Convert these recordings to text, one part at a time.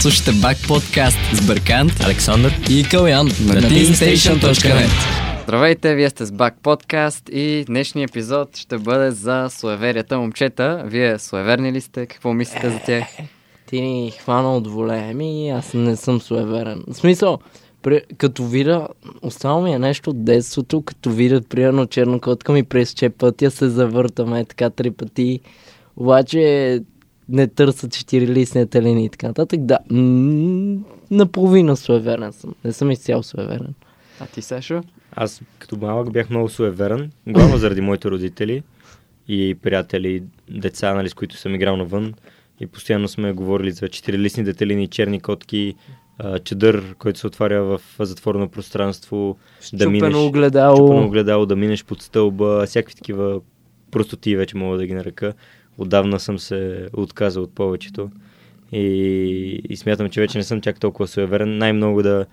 Слушате Бак подкаст с Бъркант Александър. и Калян на teamstation.net. Здравейте, вие сте с Бак Подкаст и днешният епизод ще бъде за суеверията момчета. Вие суеверни ли сте? Какво мислите за тях? Ти ни хвана от воле, ами аз не съм суеверен. В смисъл, при, като видя, остава ми е нещо от детството, като видя примерно чернокотка ми през че пътя се завъртаме така три пъти, обаче не търса четирилистните линии и така нататък. Да, м- наполовина суеверен съм. Не съм изцяло суеверен. А ти, Сашо? Аз като малък бях много суеверен, главно заради моите родители и приятели, деца, нали, с които съм играл навън. И постоянно сме говорили за четирилистни детелини, черни котки, а, чадър, който се отваря в затворено пространство, да минеш, Чупено огледало. чупено огледало, да минеш под стълба, всякакви такива простоти вече мога да ги нарека. Отдавна съм се отказал от повечето и, и смятам, че вече не съм чак толкова суеверен. Най-много да,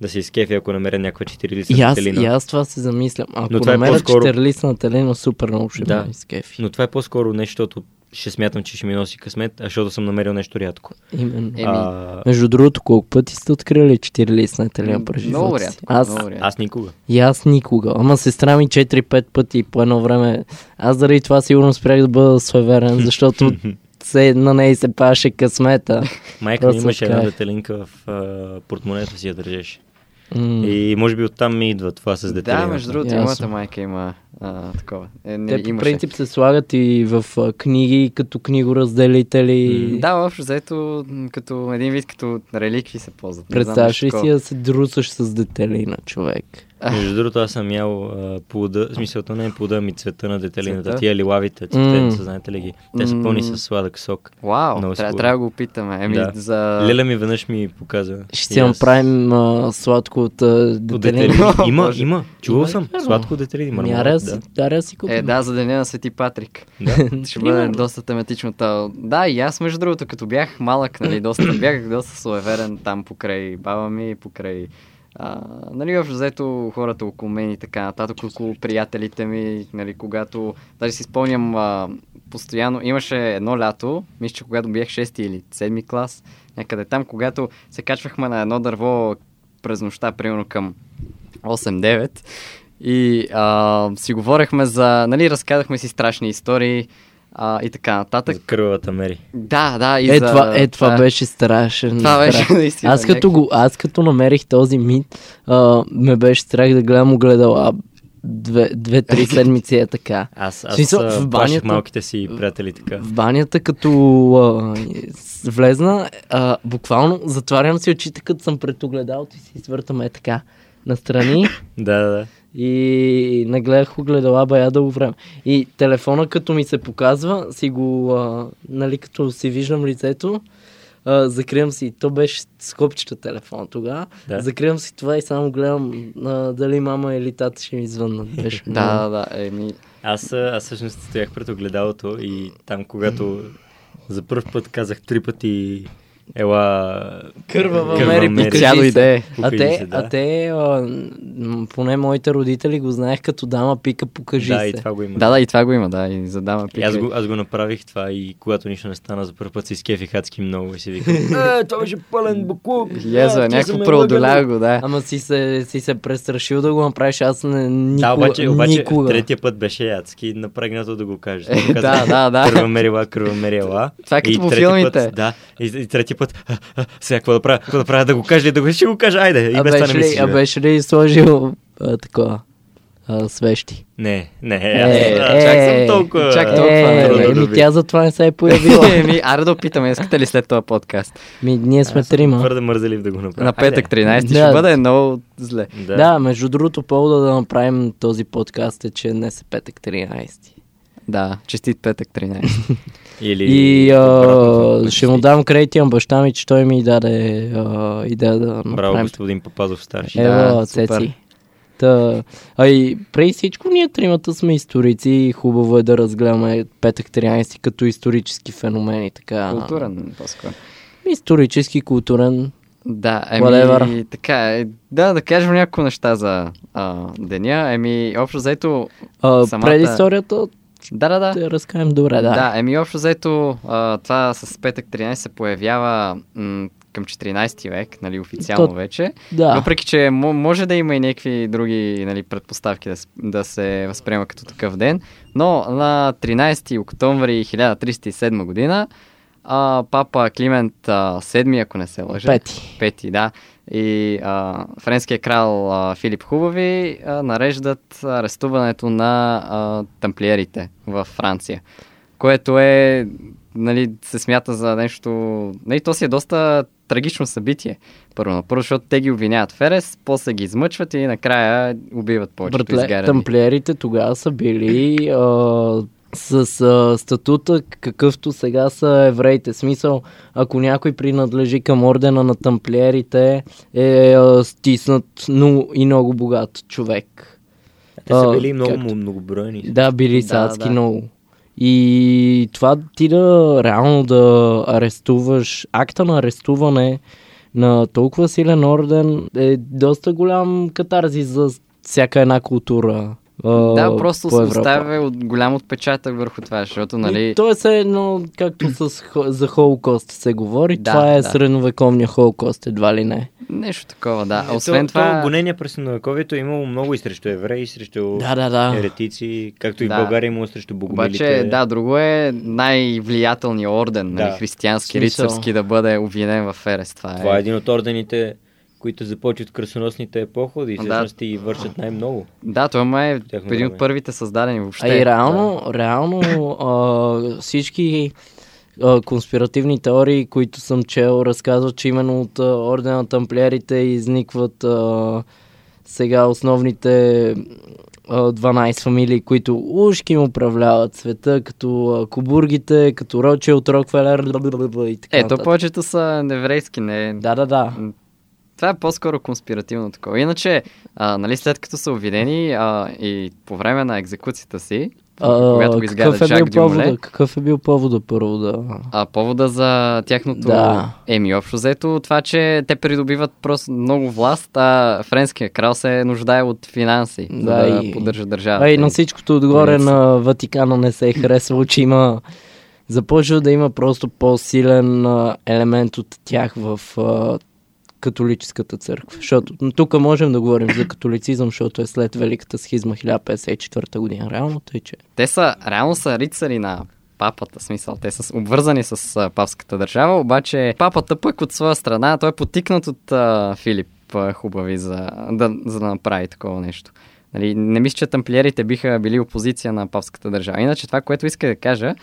да се изкефи, ако намеря някаква четирилистна И аз, детелина. и аз това се замислям. Ако това е намеря по-скоро- четирилистна телена, супер много ще Да. да. ме изкефи. Но това е по-скоро нещо, защото ще смятам, че ще ми носи късмет, а защото съм намерил нещо рядко. Именно. Еми, а, Между другото, колко пъти сте открили четирилистна телена през живота Много си? рядко. Аз, много рядко. аз никога. и аз никога. Ама сестра ми 4-5 пъти по едно време. Аз заради това сигурно спрях да бъда суеверен, защото се, на нея се паше късмета. Майка ми Просто е. имаше една откаях. детелинка в а, портмонето си я държеше. М, И може би оттам ми идва това с детелината. Да, между другото, и Ясно. моята майка има а, такова. Е, не, Те по имаше. принцип се слагат и в а, книги, като книгоразделители. Да, общо взето, м, като един вид, като реликви се ползват. Не знам, Представяш ли нещо си е- да се друсаш с детелина, човек? Между другото, аз съм ял а, плода, в смисъл то не е плода, ми цвета на детелината. Цвета? Тия лилавите М. цветенца, знаете ли ги? Те са пълни М. с сладък сок. Вау, Много трябва, сигурно. трябва да го опитаме. Еми, Да. за... Леля ми веднъж ми показа. Ще И си аз- направим а, сладко от а, От детелина. детелина. Има, Боже. има. Чувал Има ли съм. верно? Сладко детелини. Ами, мармолад, аре да да. си- аре да си купим. Е, да, за деня на Свети Патрик. Да. Ще бъде Примерно. доста тематично. та- Да, и аз между другото, като бях малък, нали, доста, бях доста суеверен там покрай баба ми, покрай а, нали, общо взето хората около мен и така нататък, около приятелите ми, нали, когато, даже си спомням, а, постоянно имаше едно лято, мисля, че когато бях 6 или 7 клас, някъде там, когато се качвахме на едно дърво през нощта, примерно към 8-9 и а, си говорехме за, нали, разказахме си страшни истории а, и така нататък. За Кървавата Мери. Да, да, и Е, за... това, е, това беше страшен. Това страх. беше наистина Аз като, някакво. го, аз като намерих този мит, а, ме беше страх да гледам огледала две, две-три седмици е така. Аз, В аз смисъл, а, в плаших банята- малките си приятели така. В банята, като а, с- влезна, а, буквално затварям си очите, като съм пред огледалото и си свъртаме така настрани Да, да, да. и не гледах огледала бая дълго време. И телефона като ми се показва, си го, а, нали, като си виждам лицето, а, закривам си, то беше с копчета телефон тогава, Да. да. закривам си това и само гледам а, дали мама или тата ще ми звъннат. Беше Да, много- да, да, е, еми... Аз, а, аз всъщност стоях пред огледалото и там, когато за първ път казах три пъти ела... Кървава Мери, покажи Тя се. дойде. А покажи те, се, да. а те а, м, поне моите родители го знаех като дама пика, покажи да, се. и това го има. Да, да, и това го има, да, и задава И пика. аз, го, аз го направих това и когато нищо не стана, за първ път се изкефих адски много и си викам, е, това беше пълен буклук. Езо, е, някакво преодоля го, да. Ама си се, си се престрашил да го направиш, аз не, никога, Да, обаче, обаче никога. третия път беше адски напрегнато да го кажеш. Е, да, да, да. Кървамерила, кървамерила. Това е като И по трети път, филмите. Да, и, и трети път, а, а, сега какво да правя, какво да правя, да го кажа ли, да го ще го кажа, айде, и а, без това не беше ли, мислиш. а бе. беше ли сложил а, такова а, свещи? Не, не, аз, Е, а, чак съм е, толкова. чак толкова не е, трудно бе, да еми ви- тя затова не се е появила. Еми, аре да опитаме, искате ли след този подкаст? Ми, ние сме трима. Твърде мързелив да го направя. На петък 13 ще Да. бъде много зле. Да. Да. между другото, повода да направим този подкаст е, че днес е петък 13. Да, честит петък 13. Или И обратното, а, ако ще му си. дам кредит на баща ми, че той ми даде а, идея да направим Браво, господин Папазов старши. Ами- Е, Ева, Да, да, супер. цеци. Та, а и преди всичко ние тримата сме историци и хубаво е да разгледаме петък 13 като исторически феномен и така. Културен, по-скоро. Исторически, културен. Да, еми, Whatever. така, е, да, да кажем няколко неща за а, деня. Еми, общо заето, А, Самата- Предисторията да, да, да. да я разкажем добре, да. Да, еми общо заето а, това с петък 13 се появява м- към 14 век, нали, официално То- вече. да. Въпреки, че мо- може да има и някакви други нали, предпоставки да, с- да се възприема като такъв ден, но на 13 октомври 1307 година а, папа Климент а, VII, ако не се лъжа, Пети. пети да, и а, френския крал а, Филип Хубави а, нареждат арестуването на а, тамплиерите в Франция, което е, нали, се смята за нещо... Нали, то си е доста трагично събитие, първо на първо, защото те ги обвиняват в Ерес, после ги измъчват и накрая убиват повечето Братле, изгарени. тамплиерите тогава са били а, с а, статута, какъвто сега са евреите. Смисъл, ако някой принадлежи към ордена на тамплиерите, е а, стиснат ну, и много богат човек. Те са А, били много както- му- многобройни. Да, били са Да, адски да. много. И това ти да реално да арестуваш, акта на арестуване на толкова силен орден е доста голям катарзис за всяка една култура. а, Да, просто по се Европа. оставя от голям отпечатък върху това, защото, нали... И То е все едно, както с, хо- за Холокост се говори, Да, това е да. средновековния Холокост, едва ли не. Нещо такова, да. А Е, Освен то, това... То гонение през новековието е имало много и срещу евреи, и срещу Да, да, да. еретици, както и в Да. България е имало срещу богомилите. Обаче, да, друго е най-влиятелният орден, Да. нали, християнски, Смисъл. рицарски, да бъде обвинен в Ерес. Това, Това е е. един от ордените, които започват кръстоносните епоходи и Да. всъщност ти вършат най-много. Да, той ма е Тяхно един време. от първите създадени А въобще. и реално, реално а, всички а, конспиративни теории, които съм чел, разказват, че именно от а, ордена на тамплиерите изникват а, сега основните а, 12 фамилии, които ушки им управляват света, като а, Кобургите, като Рочелд, Рокфелер бла-бла-бла-бла и така Е, то нататък. повечето са еврейски, не... Да, да, да. Това е по-скоро конспиративно такова. Иначе, а, нали, след като са обвинени а, и по време на екзекуцията си, когато го изгледа какъв, е бил Жак Дюмоле, повода, какъв е бил повода първо да... А повода за тяхното Да. еми общо взето това, че те придобиват просто много власт, а френския крал се нуждае от финанси, за Да, да, и- поддържа държавата. Е, А и на всичкото отгоре Полиция. на Ватикана не се е харесало, че има... Започва да има просто по-силен а, елемент от тях в а, католическата църква. Защото но тук можем да говорим за католицизъм, защото е след Великата схизма 1054 година. Реално тъй, че... Те са, реално са рицари на папата, в смисъл. Те са с- обвързани с а, папската държава, обаче папата пък от своя страна, той е потикнат от а, Филип а, Хубави за да, за да направи такова нещо. Нали, не мисля, че тамплиерите биха били опозиция на папската държава. Иначе това, което иска да кажа,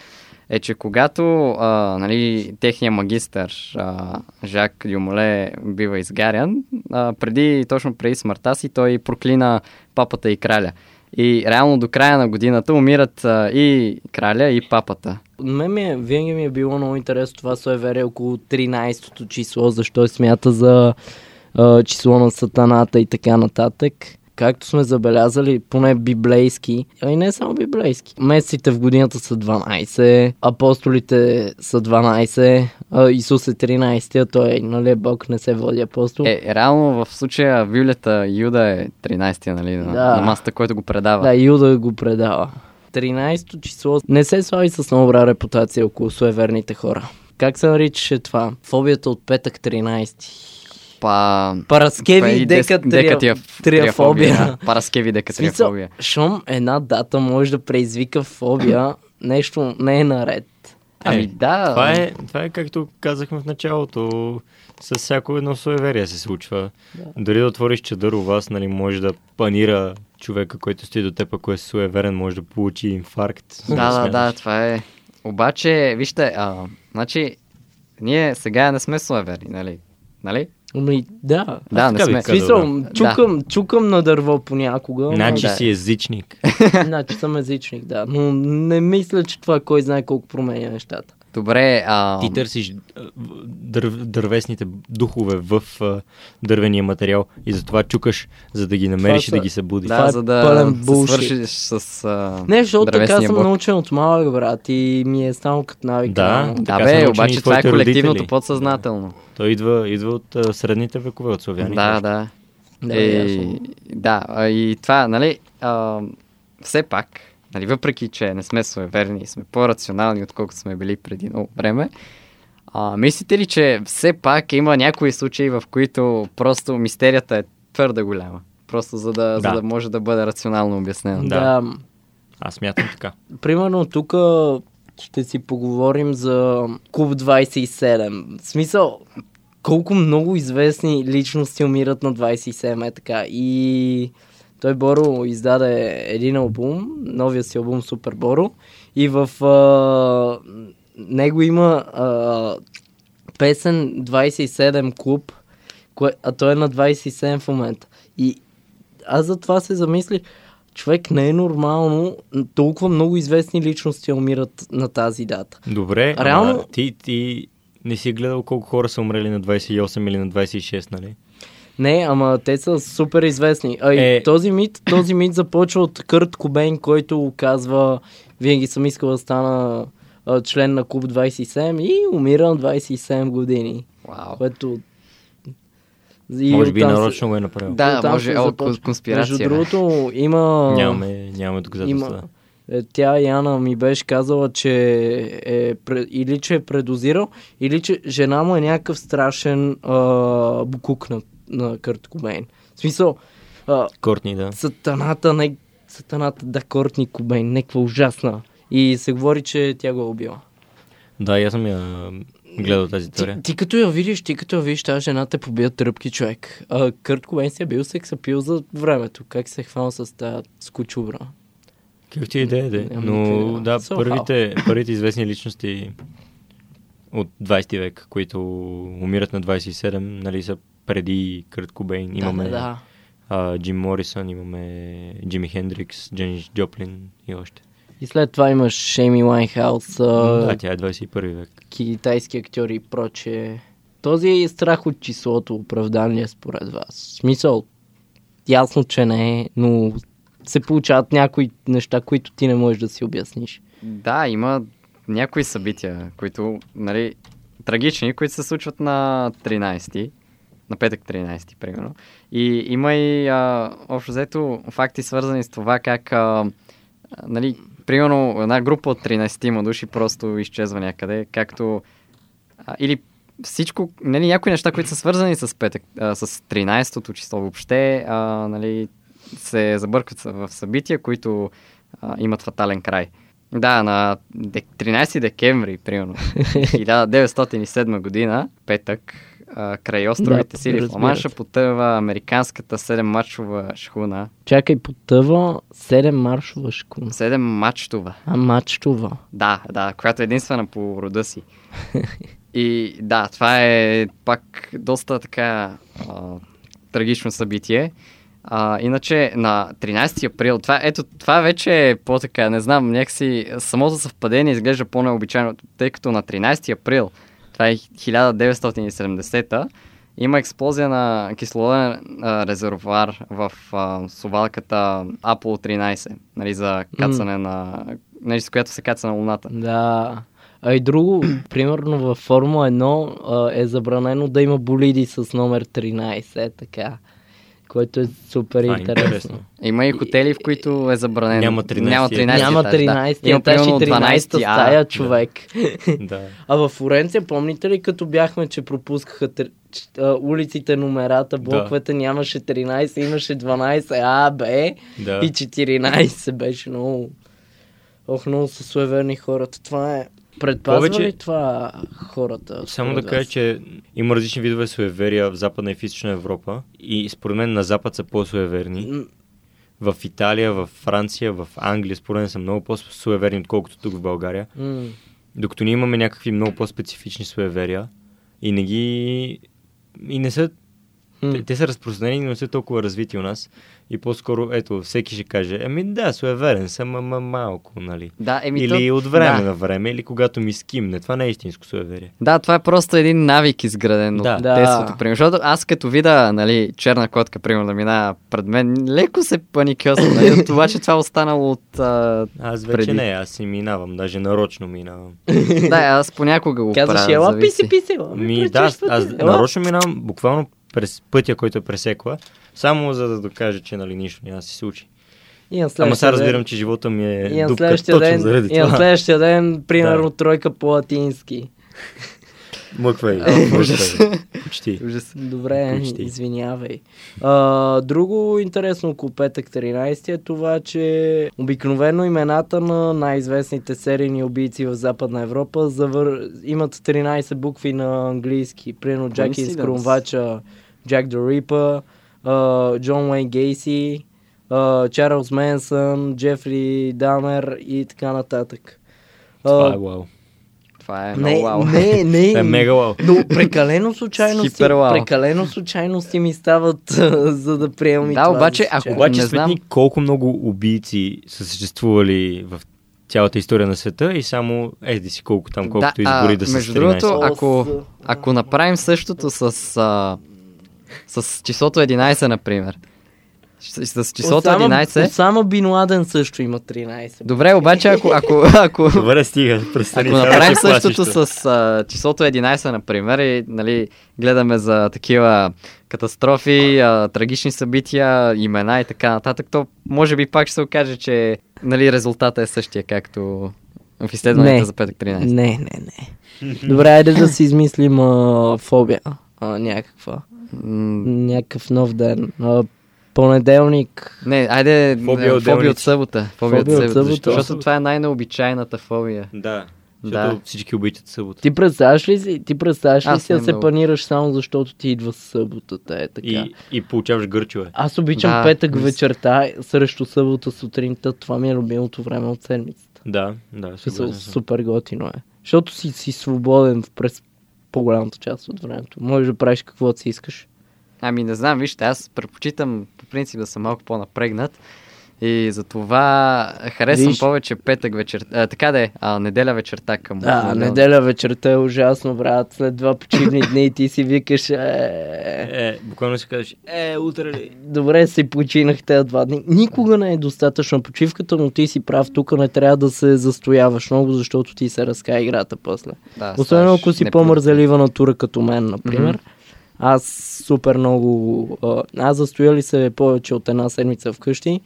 е, че когато а, нали, техният магистър а, Жак Дюмоле бива изгарян, а, преди, точно преди смъртта си, той проклина папата и краля. И реално до края на годината умират а, и краля, и папата. Мен ми е, винаги ми е било много интересно това суеверие около 13-то число, защо е смята за а, число на сатаната и така нататък. Както сме забелязали, поне библейски, а и не само библейски. Месеците в годината са 12, апостолите са 12, а Исус е 13, а той е, нали, Бог не се води апостол. Е, реално в случая Вилята Юда е 13-я, нали, на, Да. на масата, който го предава. Да, Юда го предава. 13-то число не се слави с много добра репутация около суеверните хора. Как се наричаше това? Фобията от петък 13. Па... па Параскеви и дека дес- декатрия- триафобия. да. Параскеви Смисъл, декатриафобия. шум една дата може да предизвика фобия, нещо не е наред. Ами да. Това е, това е както казахме в началото, с всяко едно суеверие се случва. Да. Дори да отвориш чадър у вас, нали, може да панира човека, който стои до теб, ако е суеверен, може да получи инфаркт. Да, да, да, Смяташ. това е. Обаче, вижте, а, значи, ние сега не сме суеверни, нали? Нали? Ами, да. Да, не така ви сме. казвам. Смисъл, Да. чукам, чукам на дърво понякога. но- Значи Да. си езичник. Значи съм езичник, да. Но не мисля, че това кой знае колко променя нещата. Добре, а, Ти търсиш а, в- дър, дървесните духове в а, дървения материал и затова чукаш, за да ги намериш и са- да ги събудиш. това да, е за да пълен се булшит. свършиш с а, Не, защото така дървесния съм блок. научен от малък брат и ми е станало като навик. Да. реално. Да, Така са бе, научени обаче и това е твоите колективното родители. подсъзнателно. Той идва, идва от а, средните векове, от славяните. Да, да. Да, и, ясно. да, а, и това, нали, а, все пак, нали, въпреки, че не сме суеверни и сме по-рационални, отколкото сме били преди много време, А, мислите ли, че все пак има някои случаи, в които просто мистерията е твърде голяма? Просто за да, да. За Да. да може да бъде рационално обяснено. Да. да. Аз мятам така. Примерно тук ще си поговорим за Клуб 27. В смисъл, колко много известни личности умират на 27 е така. И той Боро издаде един албум, новия си албум Супер Боро. И в а, него има а, песен 27 клуб, кое, а той е на 27 в момента. И аз за това се замислих, човек не е нормално, толкова много известни личности умират на тази дата. Добре, Реално- Реално... ти, ти не си гледал колко хора са умрели на 28 или на 26, нали? Не, ама те са супер известни. А и Е. този мит, този мит започва от Кърт Кобейн, който казва, винаги съм искал да стана а, член на клуб 27 и умира на 27 години. Вау. Което... И Може би оттам се- нарочно го е направил. Да, оттам може, се о, започва. кон- конспирация. Между другото, има... Нямаме, нямаме доказателства. Има. Е, Тя Яна ми беше казала, че е, пре- или че е предозирал, или че жена му е някакъв страшен а, букук на, на Кърт Кобейн. В смисъл, а, Кортни, да. сатаната, не, сатаната да Кортни Кобейн, някаква ужасна. И се говори, че тя го е убила. Да, и аз съм я гледал тази Ти, теория. ти като я видиш, ти като я видиш, тази жена те побият тръпки човек. А, Кърт Кобейн си е бил сексапил за времето. Как се е хванал с тази скучубра? Как ти идея, да. Нямам никаква Но идея. да, So how? първите, първите известни личности от 20 век, които умират на 27, нали са преди Кърт Кобейн. Имаме Да, да, да. А, Джим Морисън, имаме Джими Хендрикс, Дженис Джоплин и още. И след това имаш Шейми Лайнхаус, Да, а, тя е 21 век. китайски актьори и прочее. Този е страх от числото оправдание според вас. В смисъл, ясно, че не е, но се получават някои неща, които ти не можеш да си обясниш. Да, има някои събития, които, нали, трагични, които се случват на 13-ти, на петък 13-ти, примерно. И има и а, общо взето факти, свързани с това как, а, а, нали, примерно една група от 13-ти му души просто изчезва някъде, както а, или всичко, нали, някои неща, които са свързани с, петък, а, с 13-то число въобще, а, нали, се забъркват с- в събития, които а, имат фатален край. Да, на дек- 13 декември, примерно, 1907 година, петък, а, край островите Да, сили в разбира Ламанша се. потъва американската 7-мачова шхуна. Чакай, потъва 7 маршова шкуна. 7-мачтова. А мачтова. Да, да, която е единствена по рода си. И да, това е пак доста така а, трагично събитие. А, иначе на 13 април, това, ето това вече е по-така, не знам, някакси самото съвпадение изглежда по-необичайно, тъй като на 13 април, това е 1970-та, има експлозия на кислороден а, резервуар в а, сувалката Apollo 13, нали, за кацане на... Нали, с която се каца на Луната. Да. А и друго, примерно във Формула 1 а, е забранено да има болиди с номер 13, е така. Което е супер Това е интересно. интересно. Има и хотели, в които е забранено. Няма 13 Няма 13 Няма етаж, да. 13 Има етаж и примерно 13 12 стая, човек. да. А във Флоренция, помните ли, като бяхме, че пропускаха тр- ч- а, улиците, номерата, блоковете, нямаше 13, имаше 12 А, Б Да. и 14 беше много... Ох, много са суеверни хората. Това е... Предпазва Повече- ли това хората? Само да според кажа, вас? че има различни видове суеверия в Западна и в Източна Европа. И според мен на Запад са по-суеверни. М, В Италия, в Франция, в Англия, според мен са много по-суеверни, отколкото тук в България. м. Докато ние имаме някакви много по-специфични суеверия и не ги... И не са... М. Те, те са разпространени, но не са толкова развити у нас. И по-скоро, ето, всеки ще каже, ами да, суеверен съм, ама малко, нали? Да, еми или то- от време да. на време, или когато ми скимне. Това не е истинско суеверие. Да, това е просто един навик изграден Да. от Да. детството. Примерно. Защото аз като видя нали, черна котка, примерно, да минава пред мен, леко се паникьосвам. Нали, от това, че това е останало от... А... Аз вече Преди. Преди. не, аз си минавам, даже нарочно минавам. Да, аз понякога го Казваш, правя. ела, зависи. писи, писи, ела, ми Ми, Ами, да, пречиш аз, пътя, аз ела. нарочно минавам буквално през пътя, който е пресекла, само за да докажа, че нали нищо няма да се случи. И на Ама следващия сега разбирам, ден- че живота ми е И на дупка, следващия точно ден, заради и на това. следващия ден, примерно, Да. тройка по-латински. Мъквай. ужас. мъквай. Почти. Ужас. Добре, Почти. извинявай. А, друго интересно около петък 13 е това, че обикновено имената на най-известните серийни убийци в Западна Европа завър... имат 13 букви на английски. Примерно Джаки Coincidence. Скрумвача, Джак До Рипа, Джон Уейн Гейси, а, Чарлз Менсън, Джефри Дамер и така нататък. А, Това е вау. Това е не, много вау. не, не, Това е мега вау. но прекалено случайности, Супер вау. прекалено случайности ми стават, а, за да приемам и Да, това за обаче, ако- случайно. Обаче Не знам. сметни колко много убийци са съществували в цялата история на света и само еди си колко там, колкото а, избори да са Между 14. другото, О, ако, с- ако направим същото с, а, с числото 11, например. С, с числото Осама- 11. Осама Бин Ладен също има 13. Добре, обаче, ако, ако, ако, Добре, стига, престани. е ако това направим беше същото класищо. с а, числото 11, например, и нали, гледаме за такива катастрофи, а, трагични събития, имена и така нататък, то може би пак ще се окаже, че нали, резултата е същия, както в изследването Не. за петък 13. Не, не, не. Добре, айде да си измислим а, фобия а, някаква. М, Някакъв нов ден. А, понеделник. Не, айде, е, Фобия фобия, от фобия от делници. събота. Фобия, Фобия от от събота, събота. защото, това е най-необичайната фобия. Да, Да. защото всички обичат събота. Ти представяш ли си, ти представяш ли Аз си да не се много. панираш само защото ти идва съботата, е така. И, и получаваш гърчове. Аз обичам Да, да, петък мис- вечерта срещу събота сутринта. Това ми е любимото време от седмицата. Да, да, Мисъл, съгласен съм. супер готино е. Защото си, си свободен в- през по-голямата част от времето. Можеш да правиш каквото си искаш. Ами не знам, вижте, аз предпочитам по принцип да съм малко по-напрегнат. И затова харесвам Виж. повече петък вечерта. А, така да е, а, неделя вечерта към. Да, понеделник. неделя вечерта е ужасно, брат. След два почивни дни ти си викаш, е... Е, буквално си кажеш, е, утре ли? добре си починах тези два дни. Никога не е достатъчна почивката, но ти си прав. Тук не трябва да се застояваш много, защото ти се разка играта после. Да, Особено ставаш ако си непродуктивен. по-мързелива натура като мен, например. Аз супер много... а, Аз застоя ли се повече от една седмица вкъщи,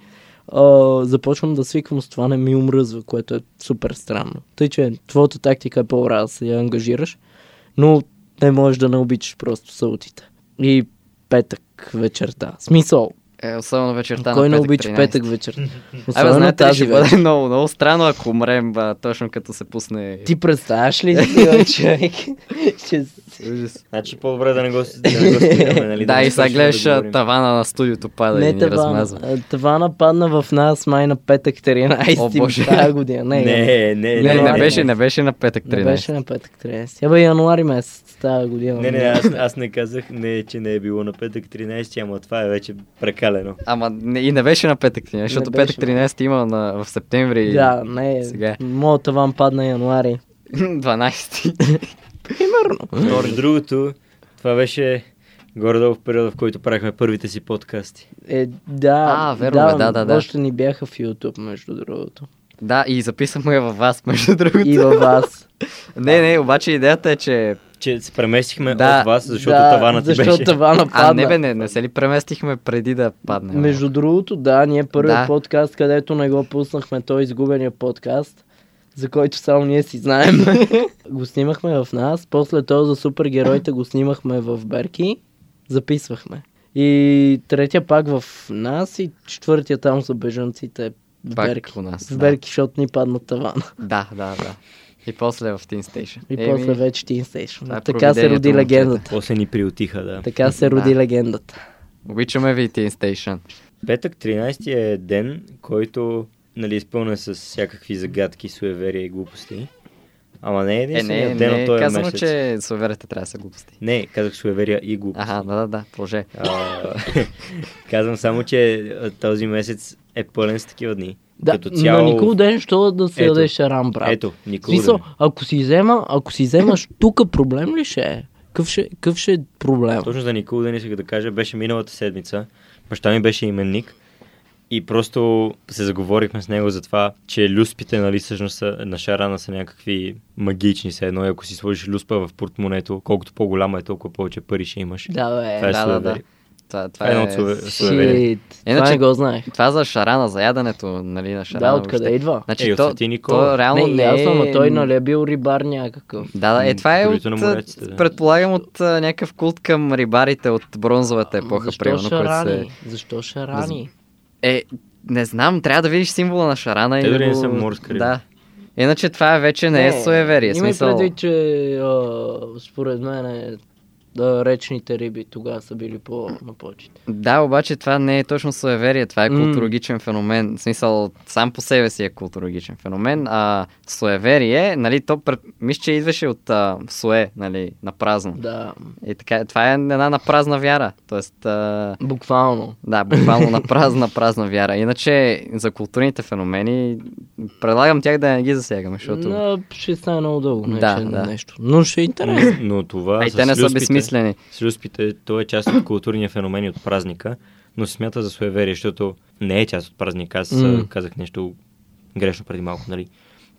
а, започвам да свиквам с това, не ми умръзва, което е супер странно. Тъй, че твоята тактика е по-добра да се я ангажираш, но не можеш да не обичаш просто съботите. И петък вечерта. Смисъл, Е, особено вечерта. на кой не петък, обича 13. петък вечерта? Абе, Особено знаете, ли, тази ще вечер. бъде много, много странно, ако умрем ба, точно като се пусне. Ти представяш ли си, бе, човек? Ще Ужас. Значи по-добре да не го да не го стигаме, нали? Да, не и сега започнем гледаш да а, говорим. тавана на студиото пада и не, ни това, размазва. това нападна в нас май на петък 13 О, Боже. тази година. Не, Е, не, Не, не, Не, не януари. беше, не беше на петък 13. не беше на петък 13. Абе, януари месец тази година. Нали? Не, не, аз, аз не казах, не, че не е било на петък 13, ама това е вече прекалено. Ама не, и не беше на петък 13, защото беше, петък 13 има на, в септември Да, не, Сега. Сега. моят таван падна януари. 12. Между другото, това беше горе-долу в периода, в който правихме първите си подкасти. Е, да, А, верно, бе, да, да, да. Още ни бяха в YouTube, между другото. да, и записахме я във вас, между другото. И във вас. Не, не, обаче идеята е, че... Че се преместихме Да, от вас, защото да, таванът ти защото беше. тавана падна. А, не бе, не, не се ли преместихме преди да падне? Между другото, да, ние първият Да. да. подкаст, където не го пуснахме, той изгубения подкаст, за който само ние си знаем, го снимахме в нас, после този за супергероите го снимахме в Берки, записвахме. И третия пак в нас и четвъртия там са бежанците в Пак Берки. у нас, да. в Берки, защото ни падна тавана. Да, да, да. И после в Teen Station. И Еми, после вече Teen това е Station. Така се провидението, роди момчета. легендата. После ни приотиха, да. Така се Да. роди легендата. Обичаме ви Teen Station. Петък 13 е ден, който нали, е изпълнен с всякакви загадки, суеверия и глупости. Ама не е Е, единствения не, ден от не, този казано, месец. че суеверите трябва да са глупости. Не, казах суеверия и глупости. Аха, да, да, да, продължи. Е, А, казвам само, че а, този месец е пълен с такива дни. Да, Като цяло... на Никол ден, що да се Ето. ядеш рам, брат? Ето, Никол Смисъл, ден. ако си, взема, ако си вземаш тук, проблем ли ще е? Къв ще, къв ще е проблем? Точно за Никол ден исках да кажа, беше миналата седмица. Баща ми беше именник. И просто се заговорихме с него за това, че люспите, нали, всъщност са, на шарана са някакви магични се едно. И ако си сложиш люспа в портмонето, колкото по-голяма е, толкова повече пари ще имаш. Да, бе. Това да, е да, суеверие. да. Това, това Това е едно от суе- суеверие. Шит. Това Иначе- не го знаех. Това за шарана, за яденето, нали, на шарана. Да, откъде въобще. идва? Значи, Е, от то, Свети Никола. то реално Не, не, ясно, е- но той нали е бил рибар някакъв. Да, да, е, това е от, Дорите на моряците, да. предполагам, от а, някакъв култ към рибарите от бронзовата епоха, Защо примерно, е, който се... шарани? Защо шарани? Е, не знам, трябва да видиш символа на шарана Те и да дори не го- са морска риба. Да. Иначе това вече не, е суеверие. Имай смисъл... предвид, че а, според мен е, да, речните риби тогава са били по на почите. Да, обаче това не е точно суеверие, това е М. културологичен феномен. В смисъл, сам по себе си е културологичен феномен, а суеверие, нали, то пред... мисля, че идваше от а, суе, нали, на празно. Да, И така, това е една на празна вяра, т.е. а, буквално. Да, буквално на празна, празна вяра. Иначе за културните феномени предлагам тях да не ги засягаме, защото... No. Но ще стане много дълго не, Да, ще, да. нещо. Но ще е интересно. Но това Ай, с те не са люспите- безсмислени. С люспите, то е част от културния феномен и от празника, но се смята за суеверие, защото не е част от празника. Аз М. mm. казах нещо грешно преди малко, нали?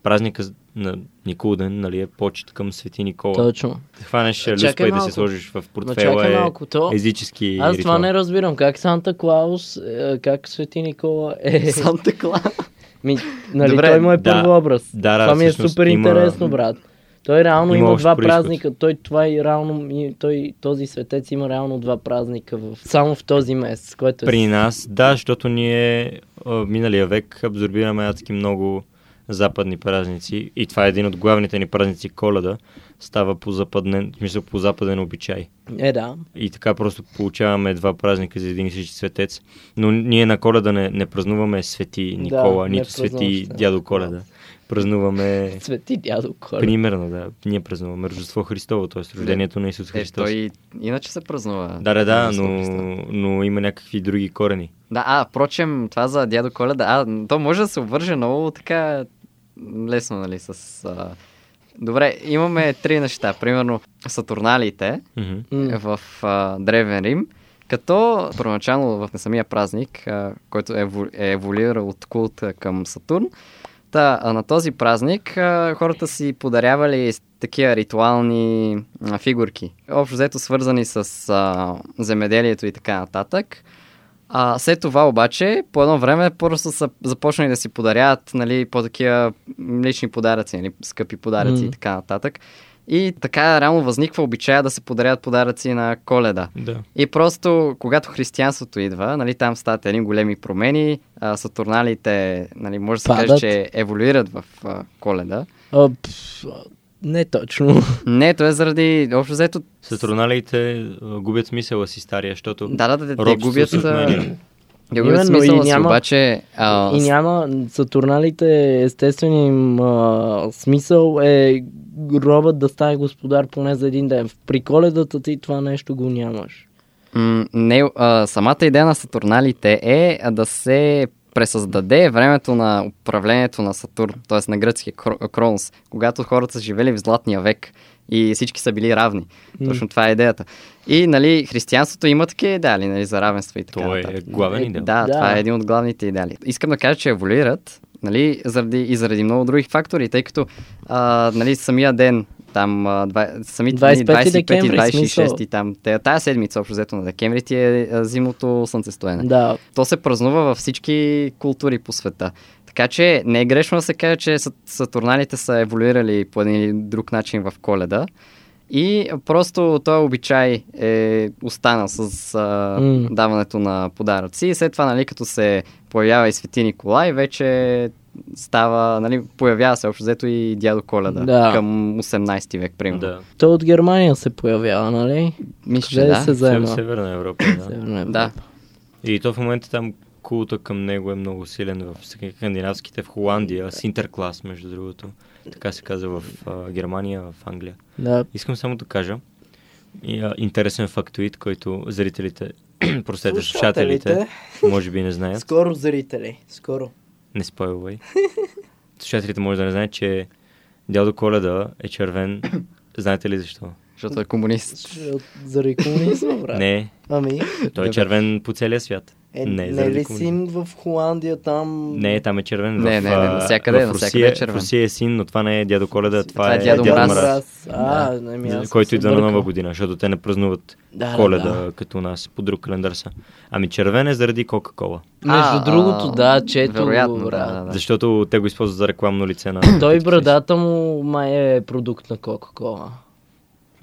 Празника на Никол ден, нали, е почет към Свети Никола. Точно. Да хванеш Чакай люспа и да малко. се сложиш в Ма портфела чакай е малко, то- езически Аз ритуал. това не разбирам. Как Санта Клаус, е, как Свети Никола е... Санта Клаус. Ми, нали, Добре, той му е да. първи образ. Да, да, това ми е всъщност супер има- интересно, брат. Той реално Има има, общ два происход. празника. Той това и реално, и той, този светец има реално два празника в... само в този месец, което е... При нас, да, защото ние а, миналия век абсорбираме адски много западни празници и това е един от главните ни празници Коледа, става по западен, в смисъл по западен обичай. Е, да. И така просто получаваме два празника за един и същи светец. Но ние на Коледа не, не празнуваме Свети Никола, не нито празнуваш, Свети да. Дядо Коледа. Празнуваме... Свети дядо Коле. Примерно, да. Ние празнуваме Рождество Христово, т.е. рождението на Исус Е, Христос. той иначе се празнува. Да, да, да, Христос но, Христос. но има някакви други корени. Да, а, впрочем, това за дядо Коледа, а, то може да се обвърже много така лесно, нали, с... А... Добре, имаме три неща. Примерно, Сатурналите, Мгм. М. в а, Древен Рим, като първоначално в самия празник, а, който е, евол- е еволюирал от култа към Сатурн, та, а, на този празник а, хората си подарявали с- такива ритуални а, фигурки, общо взето свързани с а, земеделието и така нататък. А, след това обаче, по едно време просто са започнали да си подаряват нали, по-такива м, лични подаръци, нали, скъпи подаръци Мгм. и така нататък. И така реално възниква обичая да се подаряват подаръци на коледа. Да. И просто, когато християнството идва, нали, там стават едни големи промени, а, сатурналите, нали, може да се каже, Падат. че еволюират в а, коледа. А, пф, а, не точно. Не, то е заради, общо взето, Сатурналите а, губят смисъла си стария, защото да, да, да, те робството губят, се отменя. а, те губят Именно, и смисъла си, няма- обаче... А, И с- няма, Сатурналите естествен им а, смисъл е робът да стане господар поне за един ден. При коледата ти това нещо го нямаш. М, не, а, самата идея на Сатурналите е а, да се пресъздаде времето на управлението на Сатурн, т.е. на гръцкия Кро- Кронос, когато хората са живели в Златния век и всички са били равни. Точно това е идеята. И нали, християнството има такива идеали нали, за равенство и така Той е нататък. главен идеал. Да, Да. това е един от главните идеали. Искам да кажа, че еволюират нали, заради, и заради много други фактори, тъй като а, нали, самия ден, там, а, два, самите 25 25 дни, 25 декември, 26 смисъл. там, те- тая седмица, общо взето на декември, ти е а, зимното слънцестоене. Да, То се празнува във всички култури по света. Така че не е грешно да се каже, че сат- сатурналите са еволюирали по един или друг начин в коледа. И просто този обичай е останал с а, М. даването на подаръци. И след това, нали, като се появява и Свети Николай, вече става, нали, появява се общо взето и дядо Коледа Да. към 18 век, примерно. Да. Той от Германия се появява, нали? Мисля, че Къде да. се Сев- заема? Северна Европа, да. Северна Европа. Да. И то в момента там култа към него е много силен в скандинавските, в Холандия, с интерклас, между другото. Така се казва в а, Германия, в Англия. Да. Искам само да кажа и, а, интересен фактоид, който зрителите, простете, Слушателите. слушателите, може би не знаят. Скоро зрители, скоро. Не спойлвай. Слушателите може да не знаят, че дядо Коледа е червен. Знаете ли защо? Защото е комунист. Заради комунизма, брат. Не, Ами, той е червен по целия свят. Е, Не, не, заради ли комунизма. син в Холандия там? Не, там е червен. Не, в, не, не, а, навсякъде е, в навсякъде е Русия- червен. В Русия е син, но това не е дядо Коледа, това, Това е е дядо Мраз. А, не ми аз съм който се идва на бъркал. нова година, защото те не празнуват Да, да, Коледа да. като нас, по друг календар са. Ами червен е заради Кока-Кола, Между А, другото, а, да, чето. вероятно, да, брат. да, да. защото те го използват за рекламно лице на... Той брадата му май е продукт на Кока-Кола.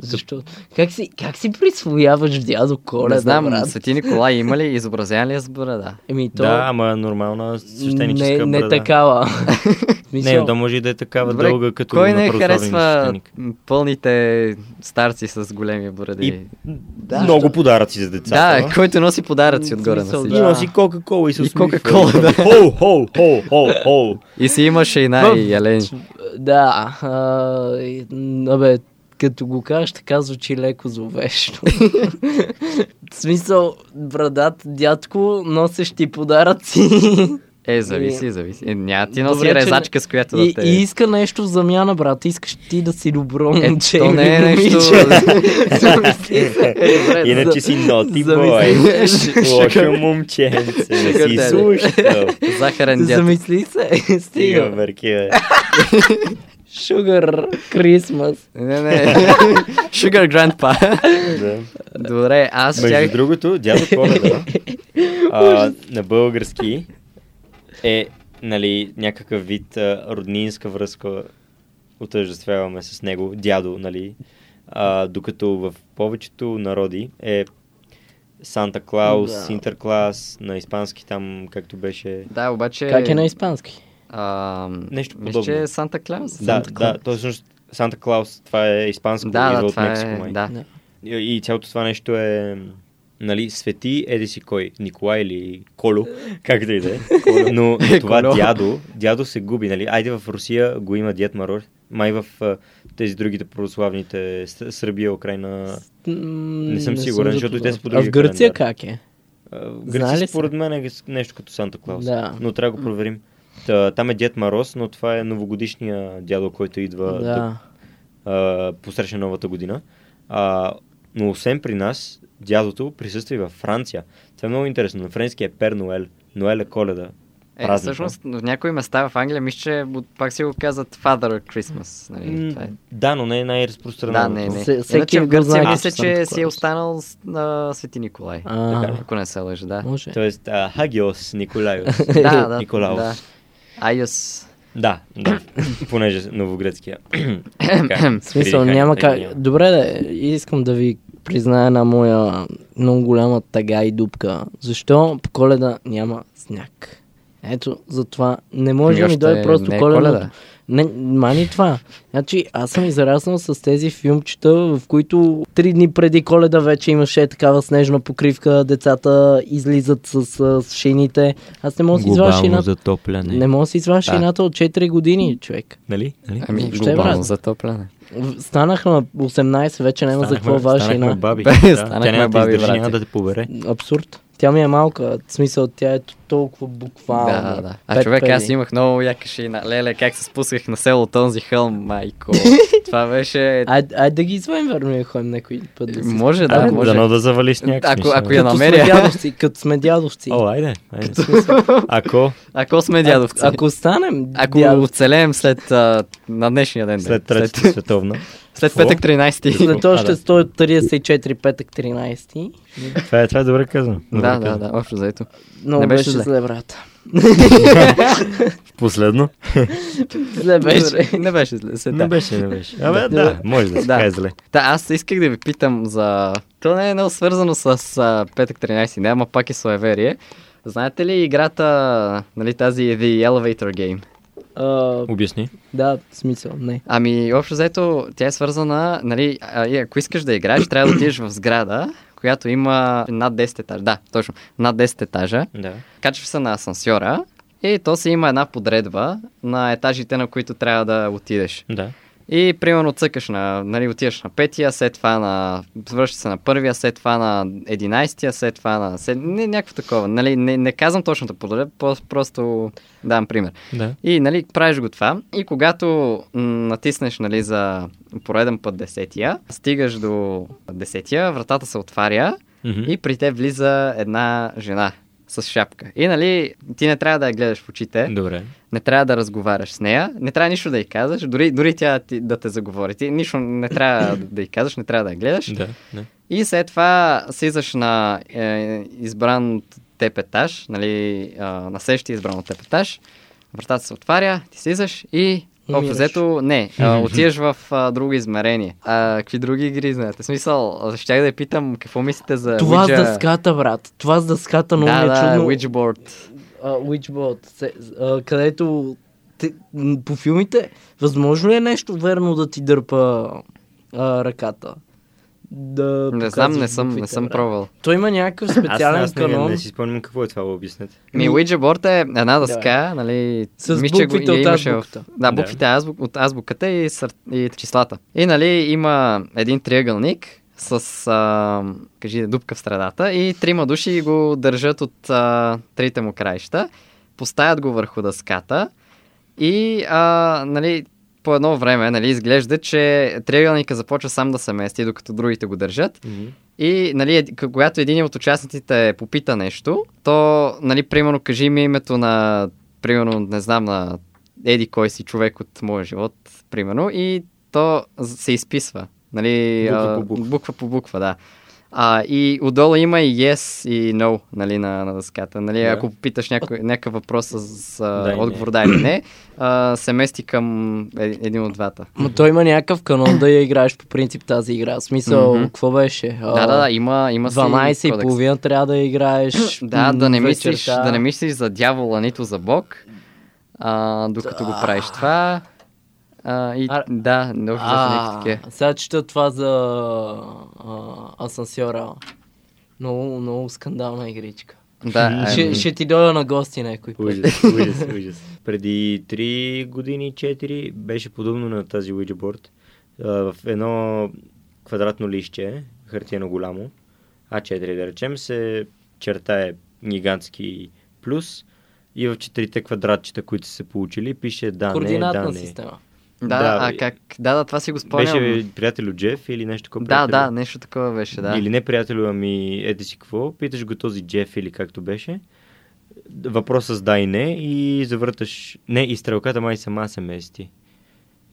Защо? Как си, как си присвояваш дядо Коледа, Не знам, брат? Свети Николай има ли, изобразян ли е с брада? Еми, то... Да, ама нормална не, свещеническа не брада. такава. Не, Мисъл, да може и да е такава Добре, дълга, като кой на не православен харесва свещеник. м, пълните старци с големи боради? И много подаръци за децата. Да, който носи подаръци М, отгоре на смисъл, всички. да. И носи Кока-Кола и се И усмихва. Кока-Кола, да. Хоу, хоу, хоу, хоу, хоу. И си имаше и най-елен. Да, а, и- м, абе, като го кажеш, така звучи леко зловещо. В смисъл, брадат, дядко, носещ ти подаръци. Е, зависи, зависи. Е, няма ти Добре, носи че не- резачка, с която и, да те... и иска нещо в замяна, брат. Искаш ти да си добро Е, момче. то или не е нещо... момиче. Е, Иначе си ноти бой. Лошо момченце. Не си Шикотеле. слушал. Захарен дядо. Замисли се, Стига, стига. Берки, бе. Sugar Christmas. Не, не. Sugar Grandpa. Да. Добре, аз Между щях... другото, дядо Коледа а, на български е нали, някакъв вид а, роднинска връзка отъждествяваме с него, дядо, нали, а, докато в повечето народи е Санта Клаус, Да. Синтерклас, на испански там, както беше. Да, обаче... Как е на испански? Ам, Нещо Мисля, подобно. че е Санта Клаус. Да, Санта да, Клаус. точно Санта Клаус, това е испанско, Да, идва да, от това Мексико. е... май. Да. Да. И, и цялото това нещо е, нали, свети еди си кой, Николай или Коло, както да и да е. Но, но това Коло. дядо, дядо се губи, нали. Айде в Русия го има Дед Марор, май в а, тези другите православните, С- Сърбия, Украина, Не съм сигурен, защото запознат. те са по други А в Гърция календари. как е? а, в Знае ли Гърция се? според мен е с- нещо като Санта Клаус. Да. Но трябва да го проверим. Та, там е Дед Марос, но това е новогодишния дядо, който идва да Да. а, посреща новата година. А, но освен при нас, дядото присъства и във Франция. Това е много интересно. На френски е Пер Ноел. Ноел е коледа. Е, празника. всъщност, в някои места в Англия, мисля, че от- пак си го казват Father Christmas. Нали? М, Това е. да, но не е Да, най-разпространено. не, не. Се- всеки Иначе в го Гърция знае, че мисля, Санта Клаус. че си е останал с- на Свети Николай. А. Така, Ако не се лъжа, да. Може. Тоест, е, а, Хагиос Николайос. е. Да, да. Николаус. Да. Айос. Да, да. понеже новогръцкия. Така, е В смисъл, преди няма хайде, няма. как. Добре, да, искам да ви призная една моя много голяма тага и дупка. Защо по коледа няма сняг? Ето, затова не може да Ами ми дойде още просто не е коледа. Коледа. Не, мани това. Значи, аз съм израснал с тези филмчета, в които три дни преди коледа вече имаше такава снежна покривка, децата излизат с, с, с шините. Аз не мога да си извадя шината. затопляне. Не мога да си извадя Да. шината от 4 години, човек. Нали? нали? Ами, Въобще, глобално брат. затопляне. В- Станах на 18, вече няма за какво Станахме- ваша станахме една. баби. Бе, Да, станахме Тя няма да баби, те издържи, братя. няма да те побере. Абсурд. Тя ми е малка, в смисъл тя е толкова буквално. Да, да, да. А Пет човек, аз пени. имах много яка шина. Леле, как се спусках на село този хълм, майко. Това беше... Ай, ай да ги извадим, верно, и ходим някой път. Да си Може, да, Да, може. дано да завали сняг. Ако- смисъл. ако я Като намеря. сме дядовци, като сме дядовци. О, айде. айде. Ако Ако сме дядовци. Ако, Ако станем ако дядовци, оцелеем след а, на днешния ден. след да. третата световна, след Какво? петък 13. след А, още да. 134 петък 13, това е, това е добре казано. Добре Да, да, казано. да, общо заето. много Не беше беше зле. зле, брат. Последно? Зле беше. Не беше зле. се, Не Да. беше, не беше. Абе, да, може да се Да. каже зле. да, аз исках да ви питам за... То не е много свързано с а, петък 13, не, ама пак и суеверие. Знаете ли играта, нали тази The Elevator Game? А, Обясни. Да, в смисъл, не. Ами, общо взето, тя е свързана, нали, а, и ако искаш да играеш, трябва да отидеш в сграда, която има над 10 етажа. Да, точно, над 10 етажа. Да. Качваш се на асансьора и то си има една подредба на етажите, на които трябва да отидеш. Да. И примерно цъкаш на, нали, отиваш на петия, след това на, свърши се на първия, след това на единайстия, след това на сед... не, някакво такова. Нали, не, не казвам точната подредба, по- просто дам пример. Да. И нали, правиш го това и когато м, натиснеш нали, за пореден път десетия, стигаш до десетия, вратата се отваря Мгм. и при те влиза една жена с шапка. И нали, ти не трябва да я гледаш в очите, Добре. не трябва да разговаряш с нея, не трябва нищо да й казваш, дори, дори тя ти, да те заговори. Ти нищо не трябва да й казваш, не трябва да я гледаш. Да, да. И след това слизаш на е, избран от теб етаж, нали, а, на сещи избран от теб етаж, вратата се отваря, ти слизаш и общо Умираш. взето, не, а, отиваш в а, друго измерение. А, какви други игри знаете? В смисъл, а, щях да я питам какво мислите за Това с Ouija- дъската, брат. Това с дъската много да, ми е да, чудно. Ouija-board. а, Witchbot, се, а, където те, м, по филмите, възможно ли е нещо верно да ти дърпа а, ръката? Да Не знам, показваш не съм, не буквите, съм брат. пробвал. Той има някакъв Аз, специален аз не, канон. не си спомням какво е това, го обяснете. Ми, Ми- Ouija-board е една дъска, нали... Ами, С мисля, че го- буквите я от имаше в- азбуката. Да, буквите азбу... от азбуката и, сър... и числата. И, нали, има един триъгълник с, а, кажи, дупка в средата и трима души го държат от а, трите му краища, поставят го върху дъската и, а, нали, по едно време, нали, изглежда, че триъгълника започва сам да се мести, докато другите го държат. Мгм. И, нали, еди- к- когато един от участниците е попита нещо, то, нали, примерно, кажи ми името на, примерно, не знам, на еди кой си човек от моя живот, примерно, и то з- се изписва. Нали, Буква а, по буква. буква по буква, да. А, и отдолу има и yes и no нали, на, на дъската. Нали, Да. Ако попиташ някой, някакъв въпрос с а, Да и не. отговор да или не, а, се мести към е- един от двата. Ма той има някакъв канон да я играеш по принцип тази игра. В Смисъл, Мгм. какво беше? А, Да, да, да, има, има си 12 и кодекс. половина трябва да я играеш. Да, м, да не, вечерта. мислиш, да не мислиш за дявола, нито за Бог, а, докато го правиш това. А, и, А- да, много за някакви А, е такива. сега чета това за а, асансьора. Много, много скандална игричка. Да, е, Ще, ще ти дойда на гости някой. път. Ами. Ужас, ужас, ужас. Преди 3 години, 4, беше подобно на тази Ouija board. А, В едно квадратно лище, хартиено голямо, А4 да речем, се чертае гигантски плюс и в четирите квадратчета, които са се получили, пише да, не, Координатна да, не. система. да, да, а бе. как? Да, да, това си го спомням. Беше приятел Джеф или нещо такова. да, приятелю? да, нещо такова беше, да. Или не приятелю, ами ете си какво, питаш го този Джеф или както беше, въпрос с да и не и завърташ, не, и стрелката май сама се мести.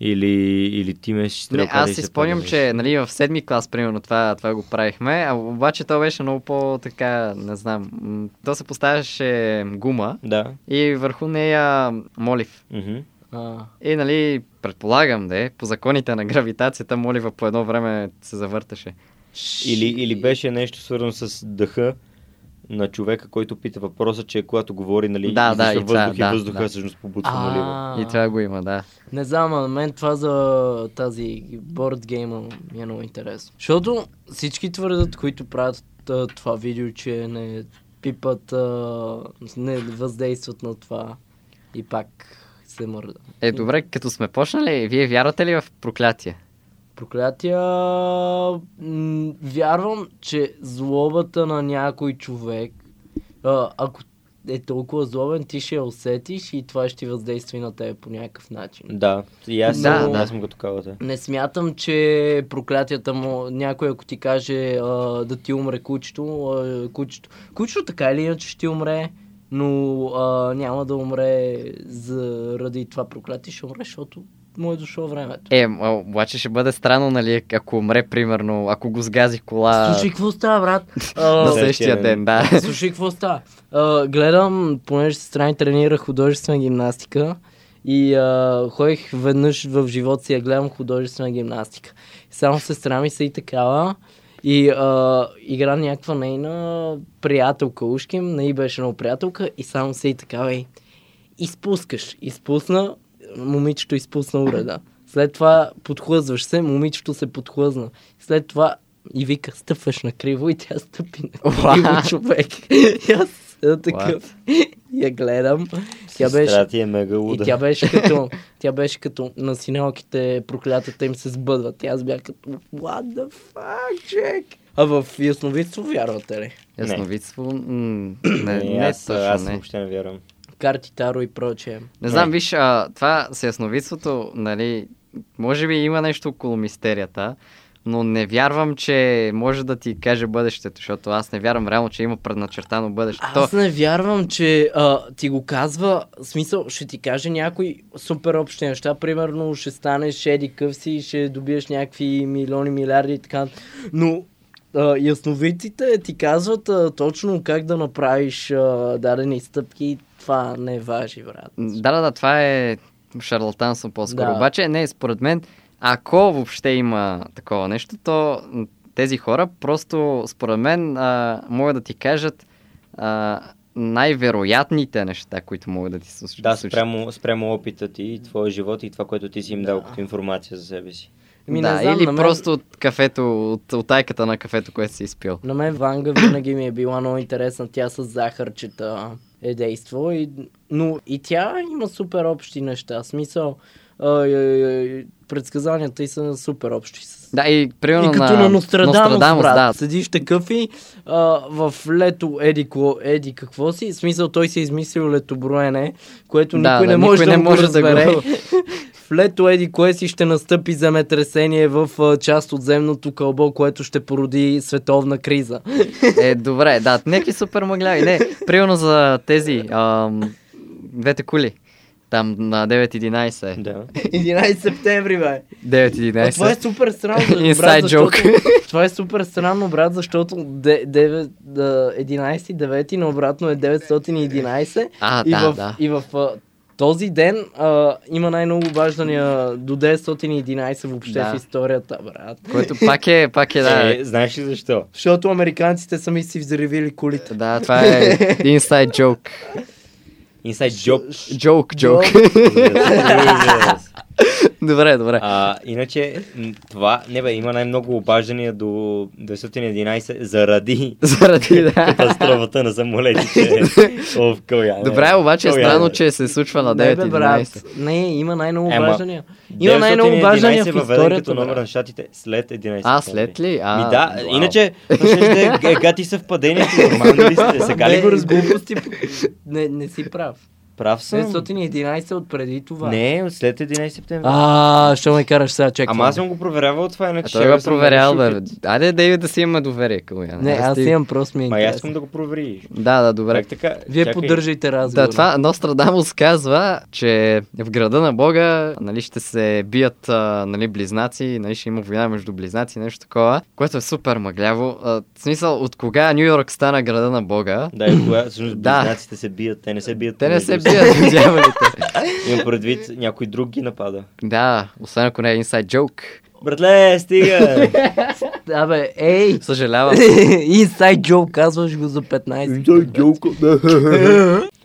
Или, или ти местиш Не, стрелката аз и си се спомням, падаш. че нали, в седми клас, примерно, това, това го правихме, а обаче то беше много по-така, не знам, м, то се поставяше гума Да. и върху нея молив. Мгм. А, И, нали, предполагам, да е, по законите на гравитацията, молива по едно време се завърташе. Или, или беше нещо свързано с дъха на човека, който пита въпроса, че когато говори, нали, Да, да, издиша и това, въздух и да, въздуха е да. всъщност побутва нали? молива. А, И това го има, да. Не знам, а на мен това за тази борд гейма ми е много интересно. Защото всички твърдат, които правят а, това видео, че не пипат, а, не въздействат на това и пак се мърда. Е, добре, като сме почнали, вие вярвате ли в проклятие? Проклятия... м, Вярвам, че злобата на някой човек, а, ако е толкова злобен, ти ще я усетиш и това ще ти въздейства и на тебе по някакъв начин. Да, и аз, Да, да, да. съм като калата. Не смятам, че проклятията му, някой ако ти каже а, да ти умре кучето, а, кучето, кучето така или иначе ще умре, но а, няма да умре заради това проклятие, ще умре, защото му е дошло времето. Е, м, а, обаче ще бъде странно, нали, ако умре, примерно, ако го сгази кола Слушай, какво става, брат? на А, се- следващия ден, да. Е, Слушай, какво става? А, гледам, понеже сестра ми тренира художествена гимнастика и а, ходих веднъж в живота си я гледам художествена гимнастика. Само сестра ми са и такава и а, игра някаква нейна приятелка Ушким, не й беше много приятелка и само се и такава и изпускаш. Изпусна, момичето изпусна уреда. След това подхлъзваш се, момичето се подхлъзна. След това и вика, стъпваш на криво и тя стъпи на криво What? човек. И аз седа такъв. Я гледам. Тя беше, Сестра ти е мега и луда. тя беше като, тя беше като на синелките проклятата им се сбъдват. И аз бях като, what the fuck, Джек? А в ясновидство вярвате ли? Ясновидство, м, не, Не, е не, аз, аз точно не. въобще не вярвам. Карти, таро и прочее. Не знам, Не. виж, а, това с ясновидството, нали, може би има нещо около мистерията, но не вярвам, че може да ти каже бъдещето, защото аз не вярвам реално, че има предначертано бъдеще. Аз не вярвам, че а, ти го казва, в смисъл, ще ти каже някои супер общи неща, примерно ще станеш еди къв си, ще добиеш някакви милиони, милиарди и така, но а, ясновидците ти казват а, точно как да направиш а, дадени стъпки, това не важи, брат. Да, да, да, това е шарлатанство по-скоро. Да. Да. Обаче, не, според мен, ако въобще има такова нещо, то м, тези хора просто, според мен, а, могат да ти кажат а, най-вероятните неща, които могат да ти се случат. Да, спрямо, спрямо опита ти, и твоя живот и това, което ти си им дал като информация за себе си. Ми, Ами, не да, знам, или на мен- просто от кафето, от, от тайката на кафето, което си изпил. На мен Ванга винаги ми е била много интересна. Тя с захарчета е действала. И, но и тя има супер общи неща. В Смисъл, а, а, а, предсказанията и са супер общи. С- Да, и примерно И като на, Нострадамус, Нострадамус, брат. да. Седиш такъв и а, в лето еди, ко, еди какво си. В Смисъл, той си е измислил летоброене, което Да, никой да, не може никой да, не не може да го- разбере. В лето еди кое си ще настъпи земетресение в а, част от земното кълбо, което ще породи световна криза. Е, добре, да, някакви супер мъгляви. Не, примерно за тези ам, двете кули. Там на 9.11 е. Да. 11 септември, бе. А това е 9.11. супер странно, Inside брат, защото... joke. това е супер странно, брат, защото де- девет- да, 11 9 наобратно е 911. А, и да, в, да. И в а, този ден а, има най-много обаждания до 911 въобще Да. в историята, брат. Което пак е, пак е, да. Е, знаеш ли защо? Защото американците сами си взривили колите. Да, това е inside joke. Inside job. Joke, joke. Joke. добре, добре. а, иначе, м, това, не бе, има най-много обаждания до 911 заради Заради, Е, да. катастрофата на самолетите. О, в Калояне. Добре, обаче е Калояне. странно, че се случва на Не, бе, брат. 9.11. Не, има най-много Ема, обаждания. Има най-много 911 обаждания в е въведен историята, като номер на брат. щатите след 11. А, септември. след ли? А, Ми да, вау. иначе, това ще е г- гати съвпадението, нормално ли сте? Сега ли Бе, го разбирам? глупости, не, не си прав. Прав съм. 911 от преди това. Не, от след 11 септември. А, що ме караш сега, чакай. Ама аз съм го проверявал това, А иначе ще той го е съм проверял, много бе. шокиран. Айде, Дейвид, да си има доверие към мен. Не, аз ти- имам просто ми е Ма аз интересно. искам да го провериш. Да, да, добре. Как така? Вие Чакай. поддържайте разговора. Да, това Нострадамус казва, че в града на Бога нали, ще се бият а, нали, близнаци, нали, ще има война между близнаци, нещо такова, което е супер мъгляво. А, в смисъл, от кога Нью Йорк стана града на Бога? Да, и кога всъщност Да. близнаците се бият, те не се бият. Те не помежду се си. бият дяволите. Имам предвид, някой друг ги напада. да, освен ако не е inside joke. Братле, стига! Абе, ей! Съжалявам. Inside Joe, казваш го за Ами 15. е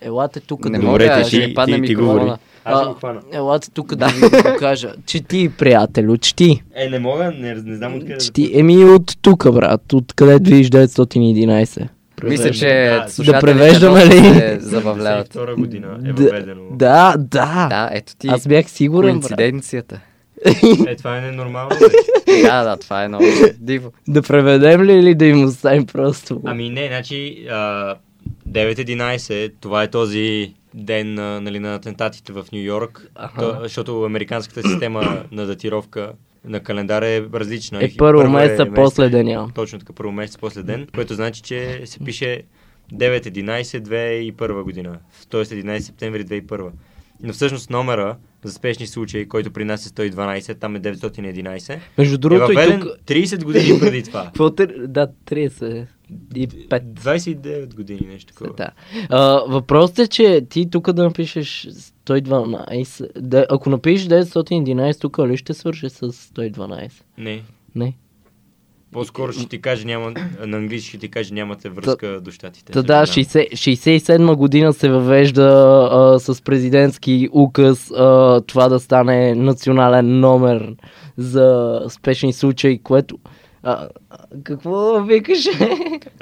Елате тук Не да мога, Добре, ти- ще ми ти- падне ти- ти микрофона. говори. Аз ще го хвана. Елате тук да ви го кажа. Чети, приятелю, чети. Е, не мога, не, не знам откъде. да- Чети. Еми от тук, брат. От къде видиш 911? Мисля, че Да, слушателите превеждаме доста ли? се забавляват. 72-а година е Д- въведено. Да, да. Да, ето ти Аз бях сигурен, брат. коинциденцията. Е, това е ненормално. Да, да, това е много диво. Да преведем ли или да им оставим просто? Ами не, значи а, 9-11, това е този ден а, нали, на атентатите в Нью Йорк, то, защото американската система на датировка на календара е различна. Е И първо е месеца, после деня. Точно така, първо месец, после ден, което значи, че се пише 9-11-2001 година, т.е. 11 септември 2001. Но всъщност номера за спешни случаи, който при нас е 112, там е 911, Между е другото и въведен тук... 30 години преди това. Какво те... Да, 30 и 5. 29 години, нещо такова. Да. А, въпросът е, че ти тук да напишеш 112. Да, ако напишеш 911, тук ли ще свърши с 112? Не. Не. По-скоро ще ти каже, няма, на английски ще ти каже, нямате връзка до щатите. Та да, 60, 67 година се въвежда а, с президентски указ а, това да стане национален номер за спешни случаи, което а, Какво викаше?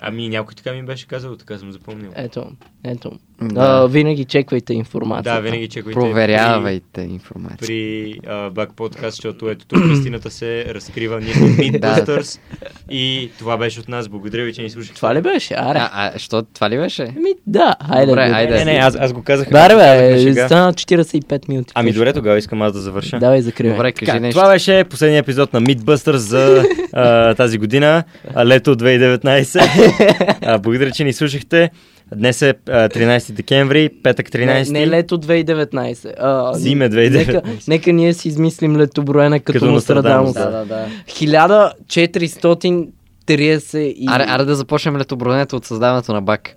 Ами някой така ми беше казал, така съм запомнил. Ето, ето. Да. А, винаги чеквайте информацията. да, винаги чекайте. Проверявавайте информация. При, при а, Back Podcast, защото ето тук истината се разкрива. Ние сме Mythbusters и това беше от нас. Благодаря ви, че ни слушахте. Това ли беше? Аре. А, а, що, това ли беше? Е, Ами да, хайде. Добре, да- хайде. Не, не, аз, аз го казах. Да, казахме е бе, шега. стана 45 минути. Ами добре, тогава искам аз да завърша. Давай, закривай. Добре, кажи Така, нещо. това беше последният епизод на Mythbusters за а, тази година, а, лето 2019. а, благодаря, че ни слушахте. Днес е а, 13 декември, петък 13. Не, не лето 2019. А, Зиме 2019. Нека, нека ние си измислим летоброене като, Като като Нострадамус. Нострадамус, Да, да, да. 1430 и... Аре, аре да започнем летобронето от създаването на бак.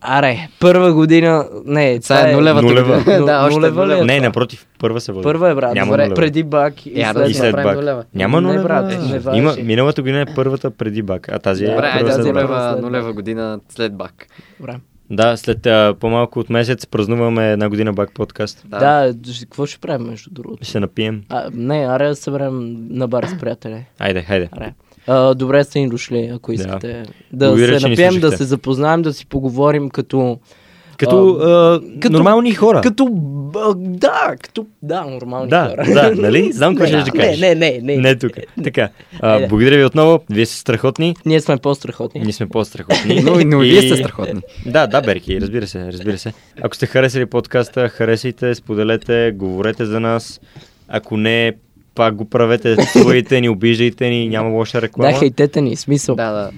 аре, първа година... Не, Сега това е е... нулевата Нулева. година. Ну- да, още нулева ли е? нулева. Не, напротив, първа се води. Първа е, брат. Няма Добре, нулева. преди бак и Е, аре да след... и след направим бак. нулева. Няма Не, нулева. брат, не важи. Има, миналата година е първата преди бак, а тази е Добре, първа айде да след аз се бак. направим. нулева, нулева година след бак. Добре. Да, след а, по-малко от месец празнуваме една година бак подкаст. Да. Да, ж- какво ще правим между другото? Ще се напием. А, не, аре да се съберем на бар с приятели. Айде, хайде. Аре. А, добре сте ни дошли, ако Да. искате. Да, Благодаря, че се ни напием, да слушахте. се запознаем, да си поговорим като... Като, а, като- нормални хора. Като... б- Да, като... Да, нормални Да, хора. да, нали? Знам какво Не, ще да кажеш. Не, не, не. Е, Не е не. тук. Така. А, Айде. благодаря ви отново. Вие сте страхотни. Ние сме по-страхотни. Ние сме по-страхотни. Но, но и вие сте страхотни. Да, да, Берки, разбира се, разбира се. Ако сте харесали подкаста, харесайте, споделете, говорете за нас. Ако не, пак го правете, псувайте ни, обиждайте ни, няма лоша реклама. Да, хейтете ни, смисъл. Да, да.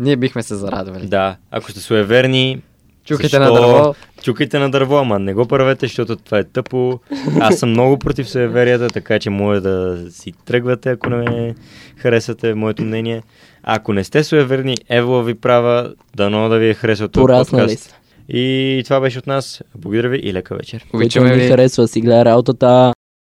Ние бихме се зарадвали. Да, ако сте суеверни, Чукайте на дърво. Чукайте на дърво, ама не го правете, защото това е тъпо. Аз съм много против суеверията, така че може да си тръгвате, ако не харесате моето мнение. А ако не сте суеверни, Евла ви права, дано да ви е харесал този Пораснали подкаст. сте. И това беше от нас. Благодаря ви и лека вечер. Който Обичаме не ви ви. харесва да си гледа работата.